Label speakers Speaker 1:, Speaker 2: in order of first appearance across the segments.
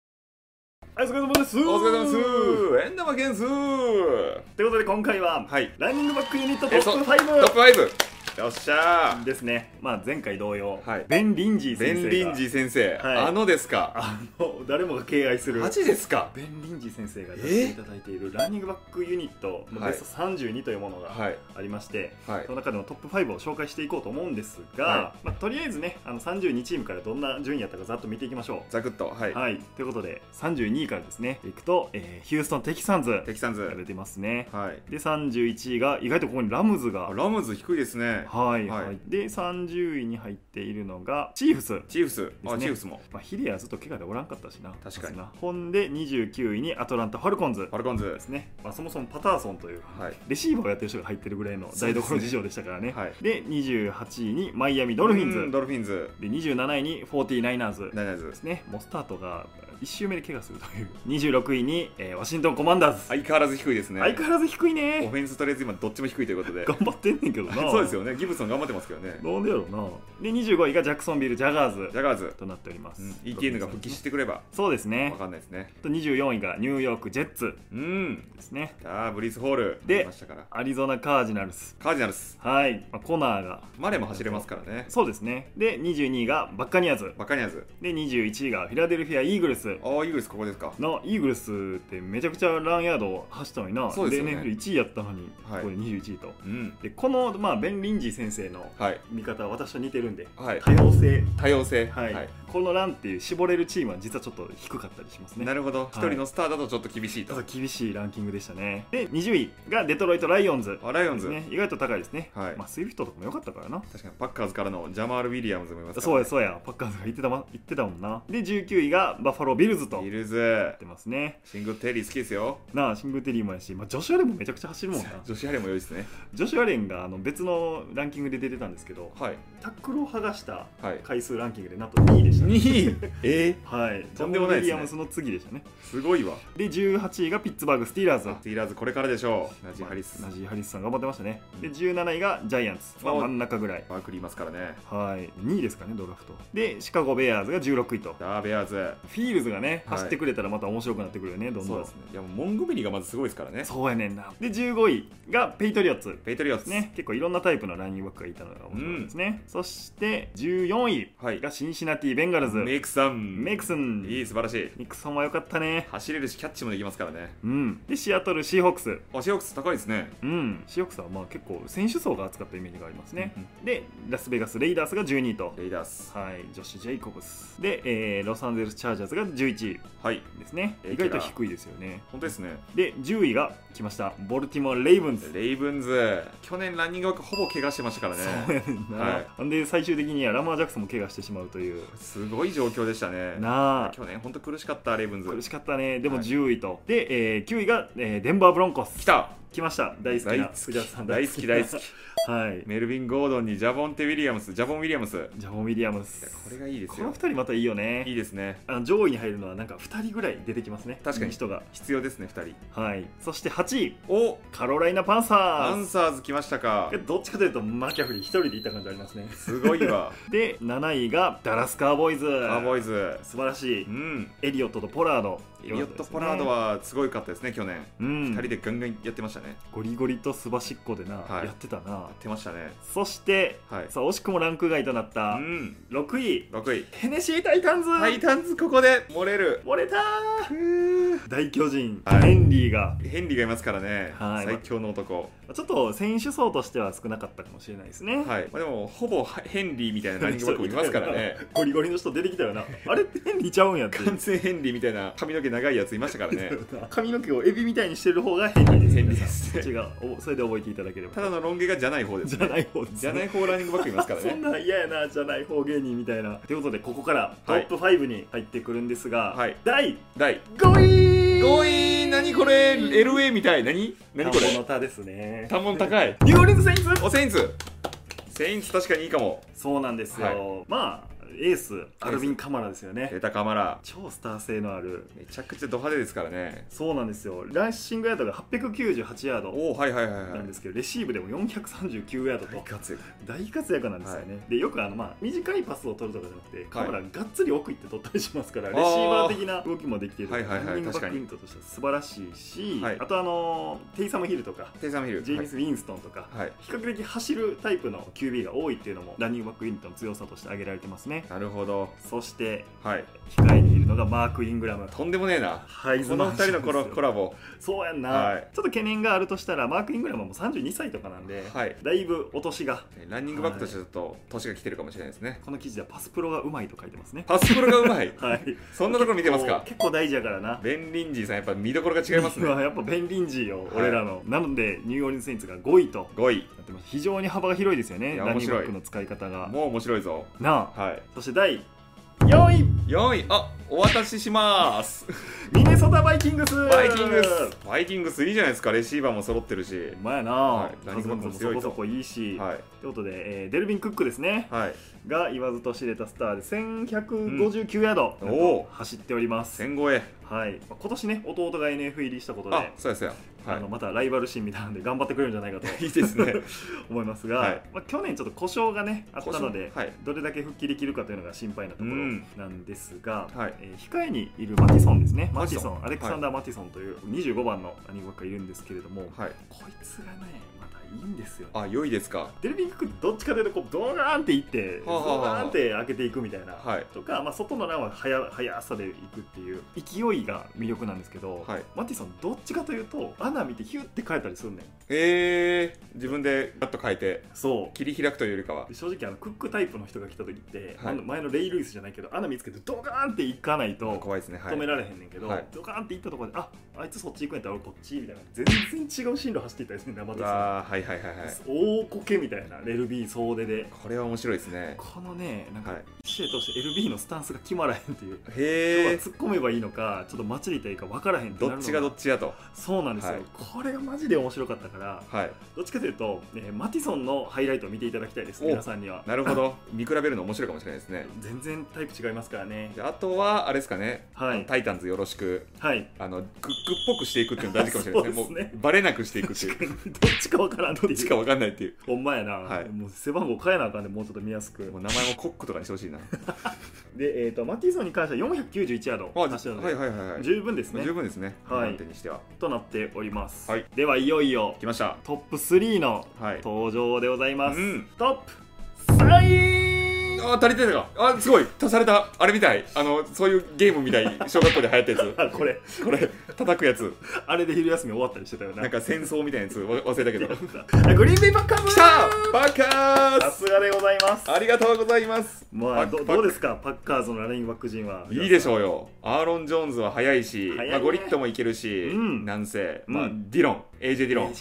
Speaker 1: はい、お疲れ様です。
Speaker 2: お疲れ様です。エンダマケンス。は
Speaker 1: ということで今回は、
Speaker 2: い。
Speaker 1: ランニングバックユニットト
Speaker 2: え
Speaker 1: ッ
Speaker 2: そ
Speaker 1: プ
Speaker 2: トップ
Speaker 1: 5
Speaker 2: 5。よっしゃ
Speaker 1: ですね。まあ前回同様、
Speaker 2: はい
Speaker 1: ベン・リンジー
Speaker 2: ー。ベ
Speaker 1: 先生
Speaker 2: ン
Speaker 1: が
Speaker 2: リンジー先生。
Speaker 1: はい
Speaker 2: あのですか。
Speaker 1: あの誰もが敬愛する
Speaker 2: マジですか。
Speaker 1: ベン・リンジー先生がやっていただいているランニングバックユニットの
Speaker 2: はい
Speaker 1: ベスト32というものが
Speaker 2: はい。
Speaker 1: ありまして、
Speaker 2: はい
Speaker 1: そ。の中でのトップ5を紹介していこうと思うんですが、
Speaker 2: は
Speaker 1: まあ、とりあえずねあの32チームからどんな順位やったかざっと見ていきましょ
Speaker 2: ザクッと。は
Speaker 1: う。
Speaker 2: い。
Speaker 1: はい、ということで32位からですねいくと、えーヒューストン・テキサンズ
Speaker 2: テキサンズ。
Speaker 1: が出てますね
Speaker 2: はい。
Speaker 1: で31位が意外とここにラムズが
Speaker 2: あラムズ低いですね。
Speaker 1: はい、
Speaker 2: はい
Speaker 1: はい、で30位に入っているのがチーフス、
Speaker 2: チーフス。
Speaker 1: です
Speaker 2: あ、
Speaker 1: ね
Speaker 2: チーフスも。
Speaker 1: まあ、ヒデはずっと怪我でおらんかったしな
Speaker 2: 確かに
Speaker 1: なほんで29位にアトランタ・ファルコンズ
Speaker 2: ファルコンズ。
Speaker 1: ですね、まあ、そもそもパターソンという
Speaker 2: はい。
Speaker 1: レシーバーをやってる人が入ってるぐらいの台所事情でしたからね
Speaker 2: はい。
Speaker 1: で28位にマイアミ・ドルフィンズ
Speaker 2: うんドルフィンズ。
Speaker 1: で27位にフォーティナイナーズ
Speaker 2: ナイナイ
Speaker 1: で
Speaker 2: ズ
Speaker 1: す。ねモスタートが1周目で怪我するという26位に、えーワシントン・コマンダーズ、
Speaker 2: 相変わらず低いですね。
Speaker 1: 相変わらず低い
Speaker 2: オ
Speaker 1: ね
Speaker 2: フェンスとりあえず今どっちも低いということで。
Speaker 1: 頑張ってんねんけどな
Speaker 2: そうですよね。ギブソン頑張ってますけどね。
Speaker 1: なんでやろうなで25位がジャクソンビル・ジャガーズ
Speaker 2: ジャガーズ。
Speaker 1: となっております、
Speaker 2: うん ETN が復帰してくれば。
Speaker 1: そうですね
Speaker 2: わかんないですね。
Speaker 1: あと24位がニューヨーク・ジェッツ
Speaker 2: うん。
Speaker 1: ですね
Speaker 2: ああブリース・ホール
Speaker 1: で
Speaker 2: 出ましたから
Speaker 1: アリゾナ・カージナルス
Speaker 2: カージナルス
Speaker 1: はい、まあ、コナーが
Speaker 2: マレーも走れますからね
Speaker 1: そうですねで22位がバッカニアーズ
Speaker 2: バカニアーズ
Speaker 1: で21位がフィラデルフィア・イーグルス
Speaker 2: ああイーグルスここですか
Speaker 1: のイーグルスってめちゃくちゃランヤードを走ったのにな
Speaker 2: そうですよね
Speaker 1: 1位やったのに、
Speaker 2: はい
Speaker 1: これ21位と
Speaker 2: うん
Speaker 1: でこの、まあ、ベン・リンジー先生の
Speaker 2: はい
Speaker 1: 見方は私と似てるんで、
Speaker 2: はい
Speaker 1: 多様性
Speaker 2: 多様性
Speaker 1: はいこのランっていう絞れるチームは実はちょっと低かったりしますね
Speaker 2: なるほど
Speaker 1: い
Speaker 2: 一人のスターだとちょっと厳しい
Speaker 1: ちょ
Speaker 2: と
Speaker 1: っと厳しいランキングでしたねで20位がデトロイト・ライオンズ
Speaker 2: あライオン
Speaker 1: です
Speaker 2: ズ
Speaker 1: ね意外と高いですね、
Speaker 2: はい
Speaker 1: まあ、スイフトとかも良かったからな
Speaker 2: 確かにパッカーズからのジャマール・ウィリアムズもいます
Speaker 1: そうや
Speaker 2: す
Speaker 1: そうやパッカーズが言ってた,、ま、言ってたもんなで19位がバッファロー・ビルズと
Speaker 2: ビ
Speaker 1: 言っ
Speaker 2: ルズ
Speaker 1: てますね
Speaker 2: シングルテリー好きですよ
Speaker 1: なあシングルテリーもやし、まあ、ジョシュアレンもめちゃくちゃ走るもんな
Speaker 2: 女子ハレーも良いですね
Speaker 1: ジョシュアレンがあの別のランキングで出てたんですけど
Speaker 2: はい
Speaker 1: タックルを剥がした
Speaker 2: はい
Speaker 1: 回数ランキングでなんと2位でした、
Speaker 2: 2位え
Speaker 1: はい
Speaker 2: とんでもないですね
Speaker 1: ジャマールウィリアムスの次でしたね
Speaker 2: ーすごいわ
Speaker 1: で18位がピッツバーグ・スティーラーズ
Speaker 2: スティーラーズこれからでしょうナジー・ハリス
Speaker 1: ナジーハリスさん頑張ってましたね、
Speaker 2: うん
Speaker 1: で17位がジャイアンツ、まあ、
Speaker 2: お
Speaker 1: 真ん中ぐらい
Speaker 2: バークリーいますからね
Speaker 1: はい2位ですかねドラフトでシカゴ・ベアーズが16位と
Speaker 2: ダーベアーズ
Speaker 1: フィールズがね
Speaker 2: はい
Speaker 1: 走ってくれたらまた面白くなってくるよねどん
Speaker 2: そ
Speaker 1: ど
Speaker 2: うんですねいやもうモンゴメリがまずすごいですからね
Speaker 1: そうやねんなで15位がペイトリオッツ
Speaker 2: ペイトリオス
Speaker 1: ね、結構いろんなタイプのランニングバックがいたのが面白いですね、そして14
Speaker 2: はい
Speaker 1: 位がシンシナティ・ベンガルズ、
Speaker 2: メイクさん
Speaker 1: メイクスン
Speaker 2: いい素晴らしい
Speaker 1: ミクソンは良かったね
Speaker 2: 走れるしキャッチもできますからね
Speaker 1: うんでシアトル・シーホークス
Speaker 2: あシオックス高いですね
Speaker 1: うん、シーホークスはまあ結構選手層が厚かったイメージがありますね、
Speaker 2: うん
Speaker 1: でラスベガス・レイダースが12位と
Speaker 2: レイダース
Speaker 1: はいジョシュ・ジェイコブスで、えーロサンゼルス・チャージャーズが11位
Speaker 2: はい
Speaker 1: ですね
Speaker 2: えー
Speaker 1: 意外と低いですよね
Speaker 2: 本当ですね
Speaker 1: で10位が来ましたボルティモア・レイブンズ、
Speaker 2: レイブンズ去年ランニングワークほぼ怪我してましたから
Speaker 1: そう
Speaker 2: ね
Speaker 1: やねんな、
Speaker 2: はい
Speaker 1: ほんで最終的にはラマー・ジャクソンも怪我してしまうという
Speaker 2: すごい状況でしたね
Speaker 1: なあ
Speaker 2: 去年本当苦しかったレイブン
Speaker 1: 苦し
Speaker 2: ズ
Speaker 1: かったねでも
Speaker 2: はい
Speaker 1: 10位と、で、えー9位が、えーデンバー・ブロンコス
Speaker 2: 来た
Speaker 1: 来ました大好きな藤原さん
Speaker 2: 大好き大好き
Speaker 1: はい
Speaker 2: メルビン・ゴードンにジャボンテ・ウィリアムスジャボン・ウィリアムスいや
Speaker 1: ジャボン・ウィリアムス
Speaker 2: これがいいです
Speaker 1: この
Speaker 2: よ
Speaker 1: 2人またいいよね
Speaker 2: いいですね
Speaker 1: あの上位に入るのはなんか2人ぐらい出てきますね
Speaker 2: 確かに
Speaker 1: いい人が
Speaker 2: 必要ですね2人
Speaker 1: はいそして8位
Speaker 2: お
Speaker 1: カロライナ・パンサー
Speaker 2: アン
Speaker 1: ズ
Speaker 2: サーズ来ましたか
Speaker 1: どっちかというとマキャフリー1人でいた感じありますね
Speaker 2: すごい わ
Speaker 1: で7位がダラス・カーボーイズ
Speaker 2: カーボーイズ
Speaker 1: 素晴らしい
Speaker 2: うん
Speaker 1: エリオットとポラード
Speaker 2: エリオット・ポラードはすごいかったですね去年
Speaker 1: うん
Speaker 2: 2人でガンガンやってましたね
Speaker 1: ゴリゴリとすばしっこでな、
Speaker 2: はい
Speaker 1: やってたな
Speaker 2: やってましたね
Speaker 1: そして、
Speaker 2: はい
Speaker 1: さあ惜しくもランク外となっ
Speaker 2: う
Speaker 1: た
Speaker 2: ん
Speaker 1: 6位
Speaker 2: 6位
Speaker 1: ヘネシー・タイタンズ、
Speaker 2: タイタンズここで漏れる
Speaker 1: 漏れたー大巨人、
Speaker 2: はい
Speaker 1: ヘンリーが
Speaker 2: ヘンリーがいますからね、
Speaker 1: はい
Speaker 2: 最強の男、
Speaker 1: ちょっと選手層としては少なかったかもしれないですね、
Speaker 2: はいまあ、でもほぼヘンリーみたいなランニングバックもいますからね
Speaker 1: ゴリゴリの人出てきた よなあれってヘンリーちゃうんやって
Speaker 2: 完全ヘンリーみたいな髪の毛長いやついましたか らね
Speaker 1: 髪の毛をエビみたいにしてる方がヘンリーです
Speaker 2: ヘンリーです
Speaker 1: 皆さんこっちがおそれで覚えていただければ
Speaker 2: ただのロン毛がじゃない方で す
Speaker 1: じ
Speaker 2: ね
Speaker 1: ゃない方です、ね、
Speaker 2: じゃない方ランニングバックいますから
Speaker 1: そん
Speaker 2: ね
Speaker 1: な嫌やなじゃない方芸人みたいなということでここからト
Speaker 2: はい
Speaker 1: ップ5に入ってくるんですが、
Speaker 2: はい
Speaker 1: 第
Speaker 2: 第
Speaker 1: 5位
Speaker 2: 5位何これ LA みたい何何こ
Speaker 1: 田んぼの
Speaker 2: れ
Speaker 1: 田ですね
Speaker 2: 単門高い
Speaker 1: ニューオーリンズ・セインズ
Speaker 2: おセインツセインツ確かにいいかも
Speaker 1: そうなんですよ、
Speaker 2: は
Speaker 1: まあエースアルビン・カマラですよね
Speaker 2: 出たカマラ
Speaker 1: 超スター性のある
Speaker 2: めちゃくちゃド派手ですからね
Speaker 1: そうなんですよランシングヤードが898ヤード
Speaker 2: おおはいはいはいはい
Speaker 1: なんですけどレシーブでも439ヤード
Speaker 2: 大
Speaker 1: と
Speaker 2: 活躍
Speaker 1: 大活躍なんですよね、でよくあの、まあ、短いパスを取るとかじゃなくてカメラがっつり奥行って取ったりしますから、
Speaker 2: あー
Speaker 1: レシーバー的な動きもできている
Speaker 2: はいはいはい
Speaker 1: ランニングバッ
Speaker 2: 確か
Speaker 1: ク
Speaker 2: に
Speaker 1: イントとしては素晴らしいし、
Speaker 2: はい
Speaker 1: あとあのテイサム・ヒルとか
Speaker 2: テイサムヒル
Speaker 1: ジェイミス・ウィンストンとか、
Speaker 2: はい、はい、
Speaker 1: 比較的走るタイプの QB が多いっていうのもランニングバックイントの強さとして挙げられてますね
Speaker 2: なるほど
Speaker 1: そして
Speaker 2: はい
Speaker 1: 控えにいるのがマーク・イングラム
Speaker 2: とんでもねえな
Speaker 1: ハイズ
Speaker 2: こ
Speaker 1: マ
Speaker 2: の
Speaker 1: ン
Speaker 2: 二人のコラコラボ
Speaker 1: そうやんな、
Speaker 2: はい
Speaker 1: ちょっと懸念があるとしたらマーク・イングラムはもう32歳とかなんで、
Speaker 2: はい
Speaker 1: だいぶお年が
Speaker 2: ランニングバックとしてちょっと年が来てるかもしれないですね
Speaker 1: この記事ではパスプロがうまいと書いて ますね
Speaker 2: パスプロがうまい
Speaker 1: はい
Speaker 2: そんなところ見てます
Speaker 1: こ
Speaker 2: か
Speaker 1: う結構大事やからな
Speaker 2: ベン・リンジーさんやっぱ見どころが違います ね
Speaker 1: やっぱベン・リンジーよ、
Speaker 2: はい
Speaker 1: 俺らのなのでニューオーリンズ・セインツが5位と
Speaker 2: 5位
Speaker 1: なってます非常に幅が広いですよね
Speaker 2: いや
Speaker 1: ランニングバッ
Speaker 2: 面白
Speaker 1: ク
Speaker 2: い
Speaker 1: の使い方が
Speaker 2: もう面白いぞ
Speaker 1: なあ
Speaker 2: はい
Speaker 1: そして第4位
Speaker 2: 4位あお渡しします
Speaker 1: ミネソタ・バイキングス
Speaker 2: バイキングスバイキングスいいじゃないですかレシーバーも揃ってるし
Speaker 1: お前やな、
Speaker 2: はい
Speaker 1: ランニングバックもそこそこいいし、
Speaker 2: はい
Speaker 1: ということで、えーデルビン・クックですね
Speaker 2: はい
Speaker 1: が言わずと知れたスターで1159ヤード、
Speaker 2: うんおお
Speaker 1: 走っております、
Speaker 2: 戦後へ
Speaker 1: はい、まあ今年ね弟が NF 入りしたことで
Speaker 2: あそうですよは
Speaker 1: あの
Speaker 2: い
Speaker 1: またライバル心みたいなので頑張ってくれるんじ ゃないかと
Speaker 2: いいですね
Speaker 1: 思いますが、
Speaker 2: はい
Speaker 1: まあ、去年ちょっと故障がねあったので、
Speaker 2: はい
Speaker 1: どれだけ復帰できるかというのが心配なところ
Speaker 2: うん
Speaker 1: なんですが、
Speaker 2: はい
Speaker 1: えー控えにいるマティソンですねマ
Speaker 2: マ
Speaker 1: ティ
Speaker 2: ティ
Speaker 1: ソ
Speaker 2: ソン
Speaker 1: ンアレクサンダー・マティソンという25番の兄がいるんですけれども、
Speaker 2: はい
Speaker 1: こいつがねまたいいんですよね
Speaker 2: あ良いですか
Speaker 1: デルビンクックどっちかというとこうドーンっていってド
Speaker 2: はあはあはあ
Speaker 1: ーンって開けていくみたいな、
Speaker 2: はい
Speaker 1: とか、まあ、外のランは速速さでいくっていう勢いが魅力なんですけど、
Speaker 2: はい
Speaker 1: マティソンどっちかというと穴見てヒュッて変えたりするねん
Speaker 2: えー、自分でガッと変えて
Speaker 1: そう
Speaker 2: 切り開くというよりかは
Speaker 1: で正直あのクックタイプの人が来た時って、
Speaker 2: はい
Speaker 1: あの前のレイ・ルイスじゃないけど穴見つけてドカーンっていかないと
Speaker 2: 怖いですねは
Speaker 1: 止
Speaker 2: い
Speaker 1: められへんねんけど、
Speaker 2: はい
Speaker 1: ドカーンっていったところでああいつそっち行くんやったら俺こっちみたいな全然違う進路走っていったりするねんなマティソン
Speaker 2: あーはいはいはいはい
Speaker 1: 大こけみたいなレルビー総出で
Speaker 2: これは面白いですね
Speaker 1: このねなんか
Speaker 2: はい
Speaker 1: 試合通して LB のスタンスが決まらへんっていう、今日
Speaker 2: へ
Speaker 1: は
Speaker 2: え
Speaker 1: 突っ込めばいいのかちょっと待ちでいたらいいか分からへんってなる
Speaker 2: ど
Speaker 1: の
Speaker 2: っちがどっちやと
Speaker 1: そうなんですよ、
Speaker 2: はい
Speaker 1: これがマジで面白かったから
Speaker 2: はい
Speaker 1: どっちかというと、えーマティソンのハイライトを見ていただきたいです
Speaker 2: お
Speaker 1: 皆さんには
Speaker 2: なるほ ど見比べるの面白いかもしれないですね
Speaker 1: 全然タイプ違いますからね
Speaker 2: であとはあれですかね
Speaker 1: はい
Speaker 2: タイタンズよろしく
Speaker 1: はい
Speaker 2: あのクックっぽくしていくっていうの大事かもしれないですね
Speaker 1: そうですね
Speaker 2: もうバレなくしていくってい
Speaker 1: 確
Speaker 2: う
Speaker 1: かにどっちか分からんって
Speaker 2: どっ
Speaker 1: い
Speaker 2: ち
Speaker 1: う
Speaker 2: か分かんないってい
Speaker 1: ほんまやな、
Speaker 2: はい
Speaker 1: もう背番号変えなあかんで、もうちょっと見やすく
Speaker 2: うもう名前もコックとかにしてほ しいな
Speaker 1: で、えー、とマティソンに関しては491ヤード
Speaker 2: あ
Speaker 1: 走ったので、
Speaker 2: はいはいはいはい
Speaker 1: 十分ですね
Speaker 2: 十分ですね
Speaker 1: はい
Speaker 2: 判定にしては
Speaker 1: となっております、
Speaker 2: はい
Speaker 1: ではいよいよ
Speaker 2: 来ました
Speaker 1: トップ3の
Speaker 2: はい
Speaker 1: 登場でございます、
Speaker 2: うん
Speaker 1: トップ3
Speaker 2: あ足りてたかあすごい足されたあれみたいあのそういうゲーム みたい小学校で流行ったや
Speaker 1: あこれ
Speaker 2: つこれ叩くやつ
Speaker 1: あれで昼休み終わったりしてたよな
Speaker 2: なんか戦争みたいなやつわ忘れたけど来
Speaker 1: あグリーンベイパッカーズ
Speaker 2: たバカー
Speaker 1: さ
Speaker 2: ス
Speaker 1: すがでございます
Speaker 2: ありがとうございます
Speaker 1: まあ
Speaker 2: パッ
Speaker 1: ど
Speaker 2: クパック
Speaker 1: どうですかパッカーズのランニングバック陣はい
Speaker 2: いでし
Speaker 1: う
Speaker 2: ょうよアーロン・ジョーンズは速いし、
Speaker 1: 速いね
Speaker 2: まあ、ゴリットもいけるし、
Speaker 1: うん
Speaker 2: なんせ、
Speaker 1: うん
Speaker 2: まあ、ディロン AJ ディロン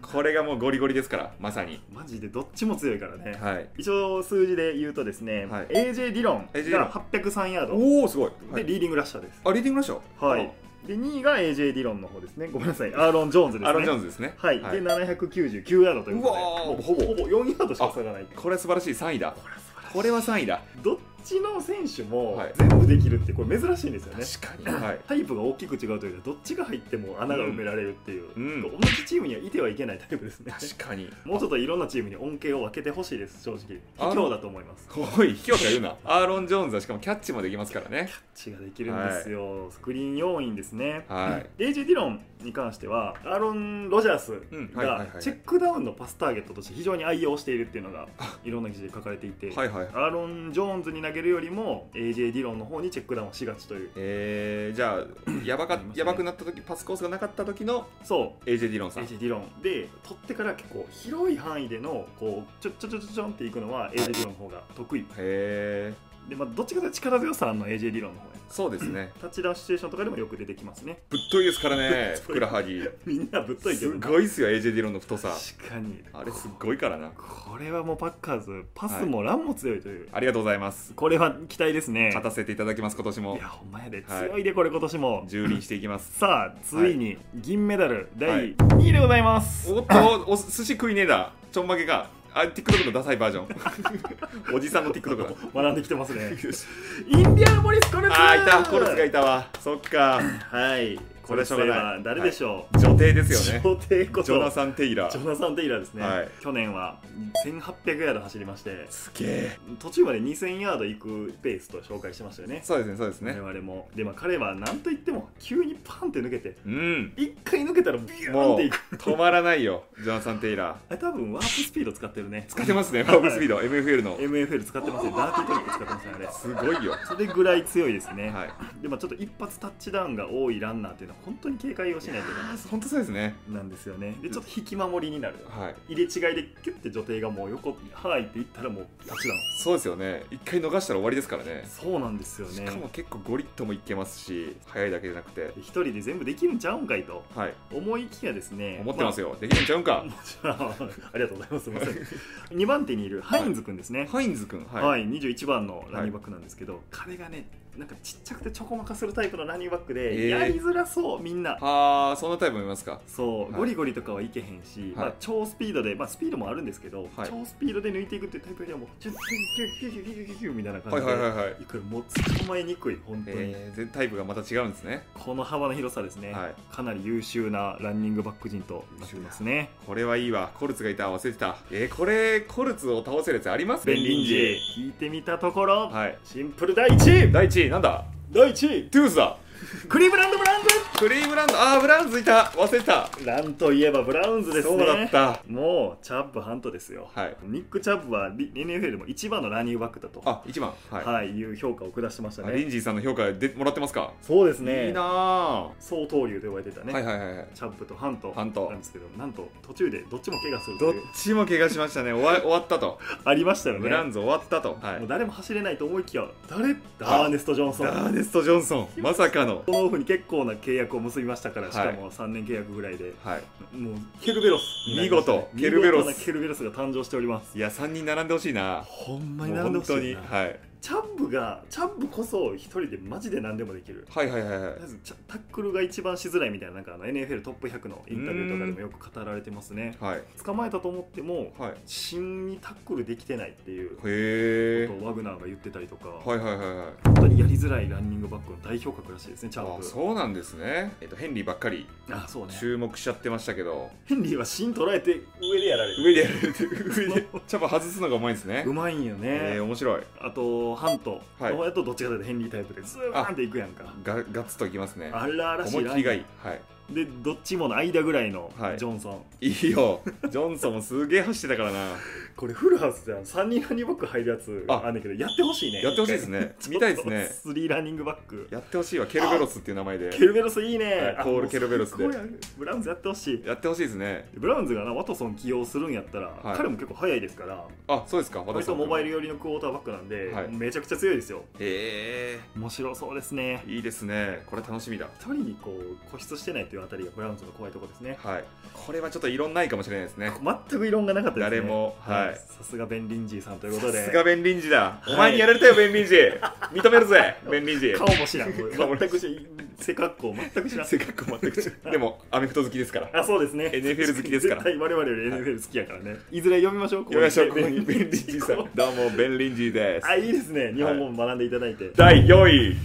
Speaker 2: こ
Speaker 1: これ
Speaker 2: れがもうゴリゴリですからまさに
Speaker 1: マジでどっちも強いからね、
Speaker 2: はい
Speaker 1: 一応数字で言うとですね、
Speaker 2: はい
Speaker 1: AJ ディロン
Speaker 2: AJ ディロン
Speaker 1: が803ヤード
Speaker 2: おおすごい、は
Speaker 1: で
Speaker 2: い、
Speaker 1: リーディングラッシャーです
Speaker 2: あリーディングラッシュ
Speaker 1: はいで2位が AJ ディロンの方ですねごめんなさいアーロン・ジョーンズですね
Speaker 2: アーロン・ジョーンズですね
Speaker 1: はい、で799ヤードということで
Speaker 2: うわー
Speaker 1: もうほぼほぼ4ヤードしか差がない
Speaker 2: これは素晴らしい3位だ
Speaker 1: これは素晴らしい
Speaker 2: これは3位だ
Speaker 1: どっちの選手も
Speaker 2: はい
Speaker 1: 全部できるってこれ珍しいんですよね、
Speaker 2: 確かに、はい、
Speaker 1: タイプが大きく違うというかどっちが入っても穴が埋められるっていう、
Speaker 2: うん
Speaker 1: 同じチームにはいてはいけないタイプですね
Speaker 2: 確かに
Speaker 1: もうちょっといろんなチームに恩恵を分けてほしいです正直
Speaker 2: あの
Speaker 1: 卑怯だと思います
Speaker 2: おい卑怯か言うなアーロン・ジョーンズはしかもキャッチもできますからね
Speaker 1: 血ができるんですよ、スクリーン要員ですね、
Speaker 2: はい
Speaker 1: デイジー・ディロンに関してはアーロン・ロジャース
Speaker 2: うんはいはい
Speaker 1: が
Speaker 2: はいはい
Speaker 1: チェックダウンのパスターゲットとして非常に愛用しているっていうのがいろんな記事で書かれていて、
Speaker 2: はいはい
Speaker 1: アーロン・ジョーンズに投げるよりも AJ ・ディロンの方にチェックダウンをしがちという
Speaker 2: えー、じゃあやばか
Speaker 1: ありますね
Speaker 2: やばくなった時パスコースがなかった時の
Speaker 1: そう
Speaker 2: AJ ディロンさん
Speaker 1: AJ ディロンで取ってから結構広い範囲でのこうちょちょちょちょちょんっていくのは AJ ディロンの方が得意
Speaker 2: へえ
Speaker 1: で、まあ、どっちかというと力強さあんの AJ ディロンの方や
Speaker 2: そうですね
Speaker 1: タッチダウンシチュエーションとかでもよく出てきますね
Speaker 2: ぶっといですから
Speaker 1: ぶっとい
Speaker 2: ねふくらはぎ
Speaker 1: みんなぶっといけ
Speaker 2: す
Speaker 1: どな
Speaker 2: ごいっすよ AJ ディロンの太さ
Speaker 1: 確かに
Speaker 2: あれすごいからな
Speaker 1: これはもうパッカーズパスもランも強いという、
Speaker 2: ありがとうございます
Speaker 1: これは期待ですね
Speaker 2: 勝たせていただきます今年
Speaker 1: い
Speaker 2: も
Speaker 1: やほんまやで
Speaker 2: はい
Speaker 1: 強いでこれ今年も、
Speaker 2: 蹂躙していきます
Speaker 1: さあついに銀メダル第2位でございます、
Speaker 2: おっとお寿司食いねえだちょんまげかあ TikTok のダサいバージョ ンおじさんの TikTok だ
Speaker 1: 学んできてますね
Speaker 2: よし
Speaker 1: インディアナポリスコルツ
Speaker 2: あーいたコルツがいたわそっか
Speaker 1: はいコルツといえば誰でしょ
Speaker 2: 女帝で
Speaker 1: う、
Speaker 2: すよね
Speaker 1: 女帝こと
Speaker 2: ジョナサン・テイラ
Speaker 1: ジ
Speaker 2: ー
Speaker 1: ョナサン・テイラーですね、
Speaker 2: はい
Speaker 1: 去年は1800ヤード走りまして
Speaker 2: すげえ
Speaker 1: 途中まで2000ヤード行くペースと紹介してましたよね
Speaker 2: そうですねそうですね
Speaker 1: 我々もでも彼は何と言っても急にパンって抜けて
Speaker 2: うん
Speaker 1: 一回抜けたらビューン
Speaker 2: も
Speaker 1: っ
Speaker 2: う
Speaker 1: ていく
Speaker 2: 止まらないよジョナサン・テイラー
Speaker 1: あれ多分ワープスピード使ってるね
Speaker 2: 使ってますねファーブスピード MFL の
Speaker 1: MFL 使ってますねダーティートリック使ってますねあれ
Speaker 2: すごいよ
Speaker 1: それぐらい強いですね、
Speaker 2: はい
Speaker 1: でまあちょっと一発タッチダウンが多いランナーっていうのは本当に警戒をしないといけな
Speaker 2: あー本当そうですね
Speaker 1: いなんですよねでちょっと引き守りになる
Speaker 2: はい
Speaker 1: 入れ違いでキュッて女帝がもう横はいっていったらもうタッチダウン
Speaker 2: そうですよね一回逃したら終わりですからね
Speaker 1: そうなんですよ
Speaker 2: し
Speaker 1: ね
Speaker 2: かも結構ゴリッともいけますし速いだけじゃなくて
Speaker 1: 一人で全部できるんちゃうんかいと
Speaker 2: はい
Speaker 1: 思いきやですね
Speaker 2: 思ってますよできるんちゃうん
Speaker 1: まあ
Speaker 2: か
Speaker 1: もちろんあり がとうございますすみません2番手にいるハインズ君ですね
Speaker 2: ハインズ君
Speaker 1: はい、
Speaker 2: はい
Speaker 1: 21番のランニングバックなんですけど、彼がねなんかちっちゃくてちょこまかするタイプのランニングバックで、
Speaker 2: えー
Speaker 1: やりづらそうみんな
Speaker 2: あーそんなタイプもいますか
Speaker 1: そう、
Speaker 2: はい
Speaker 1: ゴリゴリとかはいけへんし、ま
Speaker 2: は
Speaker 1: あ
Speaker 2: い、
Speaker 1: 超スピードで、まあ、スピードもあるんですけど、
Speaker 2: はい
Speaker 1: 超スピードで抜いていくっていうタイプよりはもうキュッキュッキュッキュッキュッキュッキュッキュッみたいな感
Speaker 2: は
Speaker 1: じ
Speaker 2: い
Speaker 1: で、
Speaker 2: はいはいはい
Speaker 1: いくらもう捕まえにくい本当に、
Speaker 2: えー、全タイプがまた違うんですね
Speaker 1: この幅の広さですね、
Speaker 2: はい
Speaker 1: かなり優秀なランニングバック陣となってますね
Speaker 2: これはいいわコルツがいた忘れてたえー、これコルツを倒せるやつあります
Speaker 1: ベン・リンジ聞いてみたところ、
Speaker 2: はい
Speaker 1: シンプル第1位
Speaker 2: 第1位なんだ
Speaker 1: 第1位
Speaker 2: トゥースだ
Speaker 1: クリーブランド・ブラウン
Speaker 2: クリームランドあーブラウンズいた忘れてた
Speaker 1: ズなんといえばブラウンズです
Speaker 2: そ
Speaker 1: ね
Speaker 2: うだった
Speaker 1: もうチャップハントですよ、
Speaker 2: はい
Speaker 1: ニック・チャップは NFL でも一番のランニングバックだと
Speaker 2: あ一番はい、
Speaker 1: はい、いう評価を下してました
Speaker 2: あリ
Speaker 1: ね。
Speaker 2: ンジーさんの評価でもらってますか
Speaker 1: そうですね。
Speaker 2: いいなあ、
Speaker 1: 総投流と呼ばれてたね。
Speaker 2: はいはいはいはい
Speaker 1: チャップとハント
Speaker 2: ハント
Speaker 1: なんですけど、なんと途中でどっちも怪我すると
Speaker 2: どっ
Speaker 1: いう
Speaker 2: ちも怪我しましたね終わ終わったと
Speaker 1: ありましたよね。
Speaker 2: ブラウンズ終わったと、はい
Speaker 1: もう、誰も走れないと思いきや、誰ダーネスト・ジョンソ
Speaker 2: ダー
Speaker 1: ン。
Speaker 2: ネスト・ジョンソンまさかの
Speaker 1: このオフに結構な契約を結びましたから、
Speaker 2: はい
Speaker 1: しかも3年契約ぐらいで、
Speaker 2: はい
Speaker 1: もうケルベロスになりましたね、
Speaker 2: 見事ケルベロス
Speaker 1: 見事なケルベロスが誕生しております。
Speaker 2: いや3人並んでほしいな
Speaker 1: ほんま
Speaker 2: も
Speaker 1: に
Speaker 2: う
Speaker 1: なんで
Speaker 2: 本
Speaker 1: ほしいな
Speaker 2: 当に、はい、
Speaker 1: チャップが、チャップこそ一人でマジで何でもできる。
Speaker 2: はいはいはいはい
Speaker 1: まずちゃタックルが一番しづらいみたいななんかあの NFL トップ100のインタビューとかでもよく語られてますね
Speaker 2: はい
Speaker 1: 捕まえたと思っても
Speaker 2: はいへ
Speaker 1: 芯にタックルできてないっていうこ
Speaker 2: え
Speaker 1: とをワグナーが言ってたりとか、
Speaker 2: はいはいはいはい
Speaker 1: 本当にやりづらいランニングバックの代表格らしいですねチャー
Speaker 2: あ
Speaker 1: プ
Speaker 2: そうなんですね、えっと、ヘンリーばっかり
Speaker 1: あそうね
Speaker 2: 注目しちゃってましたけど
Speaker 1: ヘンリーは芯捉えて上でやられる
Speaker 2: 上でやる上 でチャパ外すのがうまいんですね
Speaker 1: うまいんよね、
Speaker 2: えー、面白い
Speaker 1: あとハント
Speaker 2: はい
Speaker 1: どうやとどっちかというとヘンリータイプでズーンっていくやんか
Speaker 2: ガガッツといきますね
Speaker 1: あららし
Speaker 2: 思
Speaker 1: い
Speaker 2: いっ
Speaker 1: ラ
Speaker 2: き
Speaker 1: ン
Speaker 2: り
Speaker 1: ナ
Speaker 2: がい
Speaker 1: ー
Speaker 2: いはい
Speaker 1: でどっちもの間ぐらいの
Speaker 2: はい
Speaker 1: ジョンソン、
Speaker 2: いいよジョンソンもすげえ走ってたからな
Speaker 1: これフルハウスじゃん3人ランニングバック入るやつ
Speaker 2: あ
Speaker 1: あんねんけどやってほしいね
Speaker 2: やってほしいです ね
Speaker 1: 一回
Speaker 2: 見たいですね
Speaker 1: ちょっと3ランニングバック
Speaker 2: やってほしいわケルベロスっていう名前で
Speaker 1: ケルベロスいいね、
Speaker 2: はい
Speaker 1: あ
Speaker 2: ポールケルベロスで
Speaker 1: もう最高やブラウンズやってほしい
Speaker 2: やってほしいですね
Speaker 1: ブラウンズがなワトソン起用するんやったら、
Speaker 2: はい
Speaker 1: 彼も結構速いですから
Speaker 2: あそうですか私
Speaker 1: 割とモバイル寄りのクォーターバックなんで、
Speaker 2: はい
Speaker 1: めちゃくちゃ強いですよ
Speaker 2: へ
Speaker 1: 面白そうですね
Speaker 2: えいいですねこれ楽しみだ
Speaker 1: 一人にこう固執してないというあたりがブラウンズの怖いところですね
Speaker 2: はいこれはちょっと異論ないかもしれないですね
Speaker 1: 全く異論がなかったですね
Speaker 2: 誰もはい
Speaker 1: さすがベン・リンジーさんということ
Speaker 2: さ
Speaker 1: です
Speaker 2: がベン・リンジだ、
Speaker 1: はい
Speaker 2: お前にやられたよベン・リンジ認めるぜベン・リンジ
Speaker 1: 顔も知らん
Speaker 2: 顔も知らん
Speaker 1: 全く知らん背格好全く知らん
Speaker 2: せっかく全く違うでもアメフト好きですから
Speaker 1: あそうですね
Speaker 2: NFL 好きですから
Speaker 1: 絶対我々より NFL 好きやからね、い、ずれ呼びましょうこ
Speaker 2: よいしょここに
Speaker 1: ベ
Speaker 2: ベン・リンジさんどうもベン・リンジです
Speaker 1: あいいですね日本語も学んでいただいて、
Speaker 2: 第4位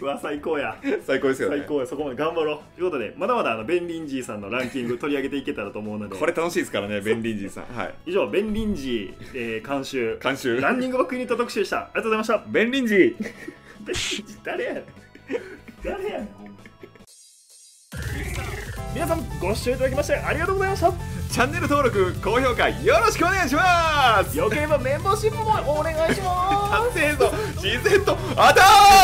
Speaker 1: うわ最高や
Speaker 2: 最高ですよね
Speaker 1: 最高やそこまで頑張ろうということでまだまだあのベン・リンジーさんのランキング取り上げていけたらと思うので
Speaker 2: これ楽しいですからねベン・リンジさんはい
Speaker 1: 以上ベン・リンジー、えー監修
Speaker 2: 監修
Speaker 1: ランニングバックユニット特集でしたありがとうございましたベン・
Speaker 2: ベン・リンジ
Speaker 1: リンジー誰やねん誰やねんほんま皆さんご視聴いただきましてありがとうございました
Speaker 2: チャンネル登録高評価よろしくお願いします
Speaker 1: よければメンバーシップもお願いします
Speaker 2: 達成ぞ自然とアタック